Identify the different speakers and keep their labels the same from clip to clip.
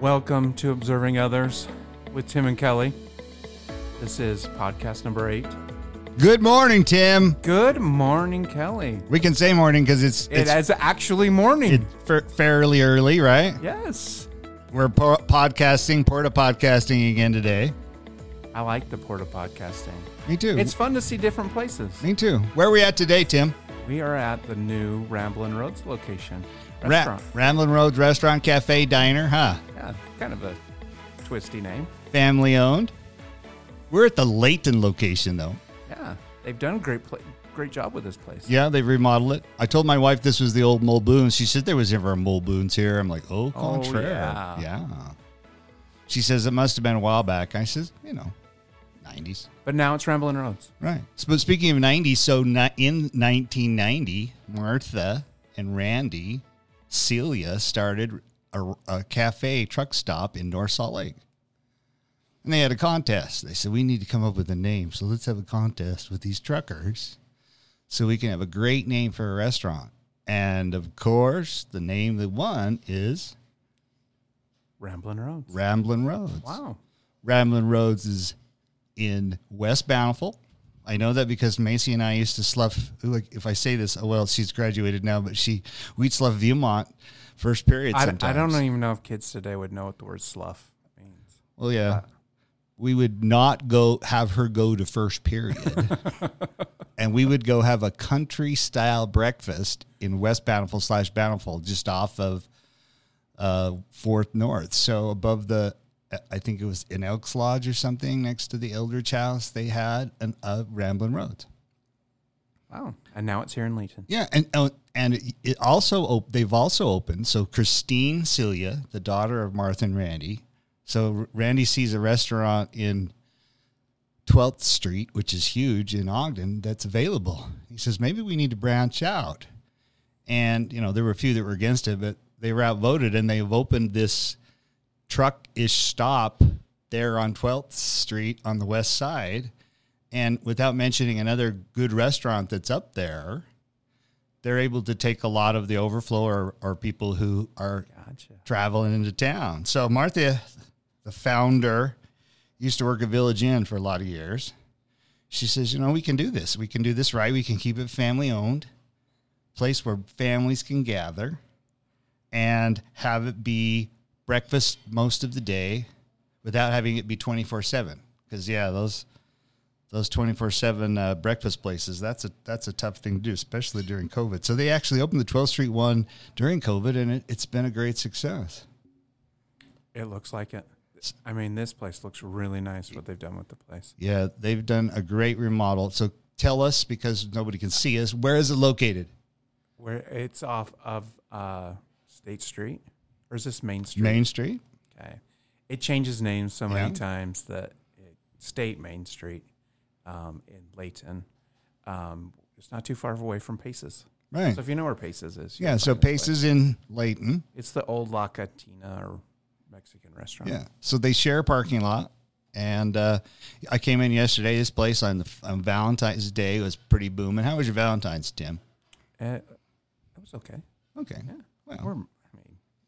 Speaker 1: Welcome to Observing Others with Tim and Kelly. This is podcast number eight.
Speaker 2: Good morning, Tim.
Speaker 1: Good morning, Kelly.
Speaker 2: We can say morning because it's
Speaker 1: It
Speaker 2: it's,
Speaker 1: is actually morning.
Speaker 2: it's fa- fairly early, right?
Speaker 1: yes.
Speaker 2: We're po- podcasting, porta podcasting again today.
Speaker 1: I like the Porta podcasting.
Speaker 2: Me too.
Speaker 1: It's fun to see different places.
Speaker 2: Me too. Where are we at today, Tim?
Speaker 1: We are at the new Ramblin' Roads location.
Speaker 2: Ra-
Speaker 1: Restaurant.
Speaker 2: Ramblin' Roads Restaurant Cafe Diner, huh?
Speaker 1: yeah, kind of a twisty name.
Speaker 2: Family owned. We're at the Layton location though.
Speaker 1: Yeah. They've done a great pla- great job with this place.
Speaker 2: Yeah, they remodeled it. I told my wife this was the old Mulboons. She said there was never a Mulboons here. I'm like, oh,
Speaker 1: Oh,
Speaker 2: contraire.
Speaker 1: yeah.
Speaker 2: yeah. She says it must have been a while back. I says, you know, 90s.
Speaker 1: But now it's Ramblin' Roads.
Speaker 2: Right. So, but speaking of 90, so not in 1990, Martha and Randy Celia started a, a cafe truck stop in North Salt Lake. And they had a contest. They said, we need to come up with a name. So let's have a contest with these truckers so we can have a great name for a restaurant. And of course, the name that won is
Speaker 1: Ramblin' Roads.
Speaker 2: Ramblin' Roads.
Speaker 1: Wow.
Speaker 2: Ramblin' Roads is in West Bountiful. I know that because Macy and I used to slough. Like if I say this, oh well, she's graduated now, but she we'd slough Viewmont first period.
Speaker 1: I,
Speaker 2: Sometimes
Speaker 1: I don't even know if kids today would know what the word slough means.
Speaker 2: Well, yeah, we would not go have her go to first period, and we would go have a country style breakfast in West Bountiful slash Bountiful, just off of uh, Fourth North. So above the, uh, I think it was in Elks Lodge or something next to the Eldridge House, they had an uh, Ramblin' Road.
Speaker 1: Wow. And now it's here in Leeton.
Speaker 2: Yeah, and oh, and it- it also op- they've also opened. So Christine Celia, the daughter of Martha and Randy, so Randy sees a restaurant in 12th Street, which is huge in Ogden, that's available. He says, maybe we need to branch out. And, you know, there were a few that were against it, but they were outvoted and they've opened this truck ish stop there on 12th Street on the west side. And without mentioning another good restaurant that's up there, they're able to take a lot of the overflow or, or people who are
Speaker 1: Gotcha.
Speaker 2: traveling into town. So Martha, the founder, used to work at Village Inn for a lot of years. She says, you know, we can do this. We can do this right. We can keep it family owned, place where families can gather and have it be breakfast most of the day without having it be 24/7 because yeah, those those 24/7 uh, breakfast places, that's a that's a tough thing to do, especially during COVID. So they actually opened the 12th Street one during COVID and it, it's been a great success.
Speaker 1: It looks like it. I mean, this place looks really nice. What they've done with the place.
Speaker 2: Yeah, they've done a great remodel. So tell us because nobody can see us, where is it located?
Speaker 1: Where it's off of uh, State Street, or is this Main Street?
Speaker 2: Main Street?
Speaker 1: Okay. It changes names so many
Speaker 2: Yeah.
Speaker 1: times that it, State Main Street um, in Layton. Um, it's not too far away from Paces.
Speaker 2: Right.
Speaker 1: So if you know where Paces is, you'll
Speaker 2: yeah, so
Speaker 1: find this
Speaker 2: Pace
Speaker 1: place.
Speaker 2: is in Layton.
Speaker 1: It's the old La Catina or Mexican restaurant.
Speaker 2: Yeah. So they share a parking lot. And uh, I came in yesterday. This place on the on Valentine's Day was pretty booming. How was your Valentine's, Tim?
Speaker 1: Uh, that was okay.
Speaker 2: Okay.
Speaker 1: Or, I
Speaker 2: Well,
Speaker 1: mean,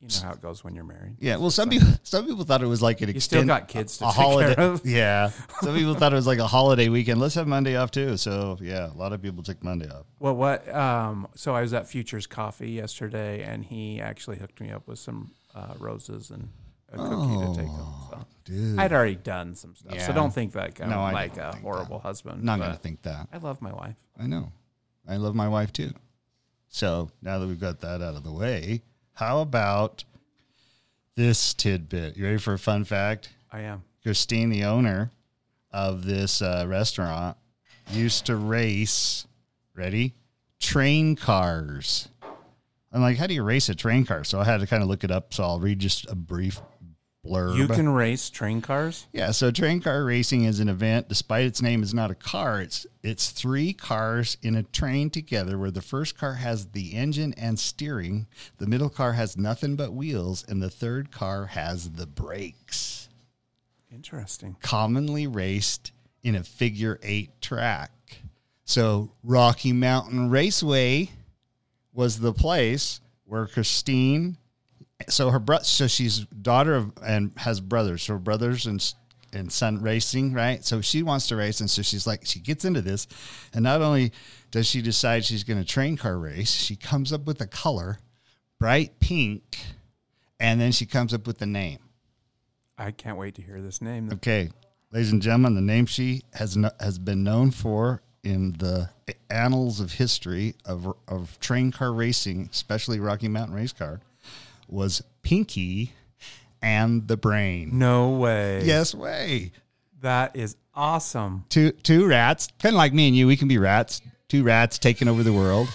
Speaker 1: you know how it goes when you're married.
Speaker 2: yeah. Well, some people some people thought it was like an
Speaker 1: You still
Speaker 2: extended
Speaker 1: got kids to
Speaker 2: a
Speaker 1: take
Speaker 2: holiday.
Speaker 1: care of.
Speaker 2: Yeah. Some people thought it was like a holiday weekend. Let's have Monday off too. So yeah, a lot of people took Monday off.
Speaker 1: Well, what? Um, so I was at Futures Coffee yesterday, and he actually hooked me up with some uh, roses and a cookie to take home. So
Speaker 2: Dude,
Speaker 1: I'd already done some stuff, so
Speaker 2: Oh. Yeah.
Speaker 1: don't think like I'm
Speaker 2: No, I
Speaker 1: like
Speaker 2: don't
Speaker 1: a
Speaker 2: think
Speaker 1: horrible husband.
Speaker 2: not
Speaker 1: but
Speaker 2: gonna think that.
Speaker 1: I love my wife.
Speaker 2: I know. I love my wife too. So now that we've got that out of the way, how about this tidbit? You ready for a fun fact?
Speaker 1: I am.
Speaker 2: Christine, the owner of this uh, restaurant, used to race, ready, train cars. I'm like, how do you race a train car? So I had to kind of look it up. So I'll read just a brief blurb.
Speaker 1: You can race train cars.
Speaker 2: Yeah, so train car racing is an event. Despite its name, is not a car. It's it's three cars in a train together, where the first car has the engine and steering, the middle car has nothing but wheels, and the third car has the brakes.
Speaker 1: Interesting.
Speaker 2: Commonly raced in a figure eight track. So Rocky Mountain Raceway was the place where Christine so her bro- so she's daughter of and has brothers so her brothers and s- and son racing right so she wants to race and so she's like she gets into this and not only does she decide she's going to train car race she comes up with a color bright pink and then she comes up with the name
Speaker 1: I can't wait to hear this name.
Speaker 2: okay ladies and gentlemen the name she has no, has been known for in the annals of history of of train car racing especially rocky mountain race car was pinky and the brain
Speaker 1: No way.
Speaker 2: Yes way.
Speaker 1: That is awesome.
Speaker 2: Two two rats, kind of like me and you. We can be rats. Two rats taking over the world.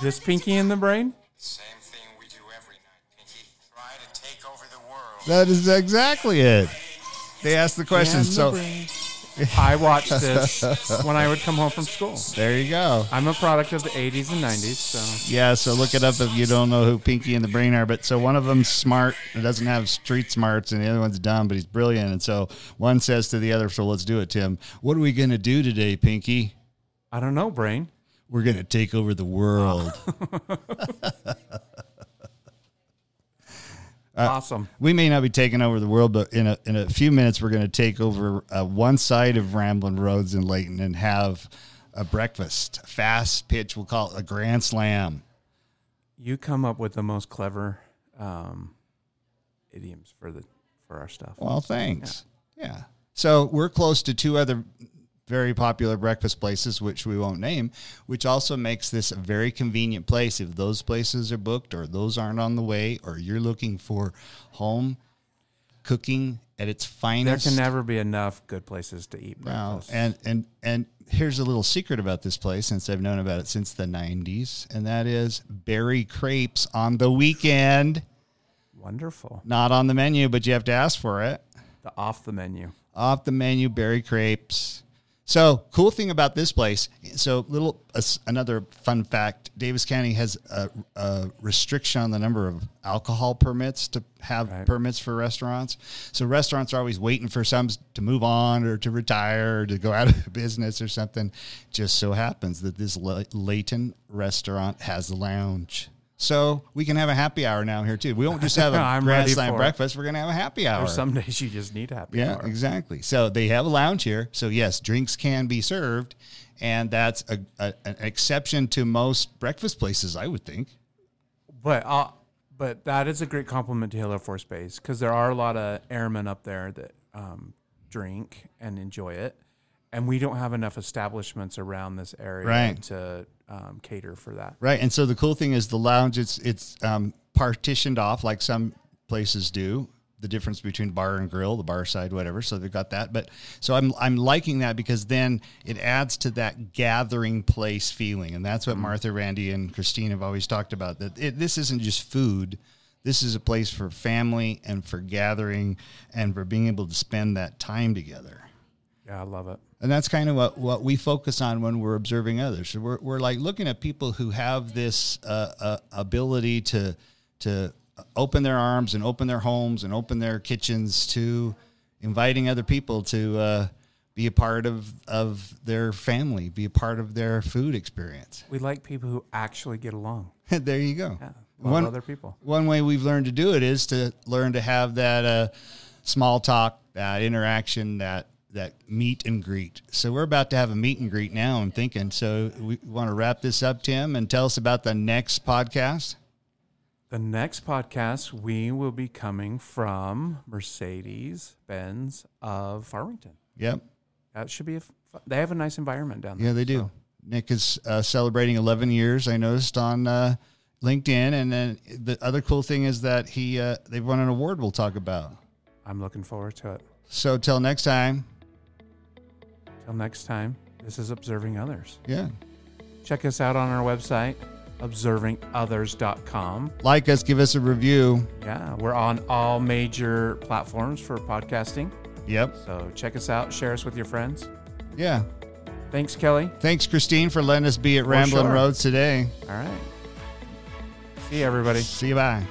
Speaker 1: Just Pinky in the Brain?
Speaker 3: Same thing we do every night, Pinky. Try to take over the world.
Speaker 2: That is exactly it. They asked the question.
Speaker 1: And the
Speaker 2: so
Speaker 1: brain. I watched this when I would come home from school.
Speaker 2: there you go.
Speaker 1: I'm a product of the 80s and 90s, so
Speaker 2: Yeah. So look it up if you don't know who Pinky and the Brain are. But so one of them's smart and doesn't have street smarts, and the other one's dumb, but he's brilliant. And so one says to the other, "So let's do it, Tim. What are we gonna do today, Pinky?
Speaker 1: I don't know, Brain.
Speaker 2: We're gonna take over the world." Uh,
Speaker 1: Awesome.
Speaker 2: we may not be taking over the world, but in a in a few minutes, we're going to take over uh, one side of Ramblin' Roads in Layton and have a breakfast, a fast pitch. We'll call it a grand slam.
Speaker 1: You come up with the most clever um, idioms for the for our stuff.
Speaker 2: Well, thanks. Yeah. So we're close to two other very popular breakfast places, which we won't name, which also makes this a very convenient place if those places are booked or those aren't on the way or you're looking for home cooking at its
Speaker 1: There
Speaker 2: finest.
Speaker 1: can never be enough good places to eat
Speaker 2: Wow.
Speaker 1: breakfast.
Speaker 2: And and and here's a little secret about this place since I've known about it since the 90s, and that is berry crepes on the weekend.
Speaker 1: Wonderful.
Speaker 2: Not on the menu, but you have to ask for it.
Speaker 1: The off the menu.
Speaker 2: Off the menu berry crepes. So, cool thing about this place. So, little uh, another fun fact: Davis County has a, a restriction on the number of alcohol permits to have permits for restaurants. So, restaurants are always waiting for some to move on or to retire or to go out of business or something. Just so happens that this Le- Layton restaurant has a lounge. So we can have a happy hour now here too. We won't just have a
Speaker 1: I'm
Speaker 2: grand
Speaker 1: ready
Speaker 2: slam
Speaker 1: for it.
Speaker 2: breakfast. We're gonna have a happy hour.
Speaker 1: Or some days you just need happy
Speaker 2: Yeah,
Speaker 1: hour.
Speaker 2: exactly. So they have a lounge here. So yes, drinks can be served, and that's a, a, an exception to most breakfast places, I would think.
Speaker 1: But uh, but that is a great compliment to Hill Air Force Base because there are a lot of airmen up there that um, drink and enjoy it, and we don't have enough establishments around this area
Speaker 2: Right.
Speaker 1: to um, cater for that.
Speaker 2: Right. And so the cool thing is the lounge. It's it's um, partitioned off like some places do. The difference between bar and grill, the bar side, whatever. So they've got that. But so I'm I'm liking that because then it adds to that gathering place feeling, and that's what Martha, Randy, and Christine have always talked about. That it, this isn't just food. This is a place for family and for gathering and for being able to spend that time together.
Speaker 1: Yeah, I love it.
Speaker 2: And that's kind of what, what we focus on when we're observing others. So we're, we're like looking at people who have this uh, uh, ability to to open their arms and open their homes and open their kitchens to inviting other people to uh, be a part of, of their family, be a part of their food experience.
Speaker 1: We like people who actually get along.
Speaker 2: there you go.
Speaker 1: Yeah, love
Speaker 2: One-
Speaker 1: other people.
Speaker 2: one way we've learned to do it is to learn to have that uh, small talk, that interaction, that that meet and greet. So we're about to have a meet and greet now. I'm thinking. So we want to wrap this up, Tim, and tell us about the next podcast.
Speaker 1: The next podcast we will be coming from Mercedes Benz of Farmington.
Speaker 2: Yep.
Speaker 1: That should be. A, fu- they have a nice environment down there.
Speaker 2: Yeah, they do. Nick is uh, celebrating 11 years. I noticed on uh, LinkedIn, and then the other cool thing is that he uh, they've won an award. We'll talk about.
Speaker 1: I'm looking forward to it.
Speaker 2: So till next time.
Speaker 1: Till next time, this is observing others.
Speaker 2: Yeah.
Speaker 1: Check us out on our website, observingothers.com.
Speaker 2: Like us, give us a review.
Speaker 1: Yeah, we're on all major platforms for podcasting.
Speaker 2: Yep.
Speaker 1: So check us out, share us with your friends.
Speaker 2: Yeah.
Speaker 1: Thanks, Kelly.
Speaker 2: Thanks, Christine, for letting us be at Ramblin'
Speaker 1: sure.
Speaker 2: Roads today.
Speaker 1: All right. See you, everybody.
Speaker 2: See you. Bye.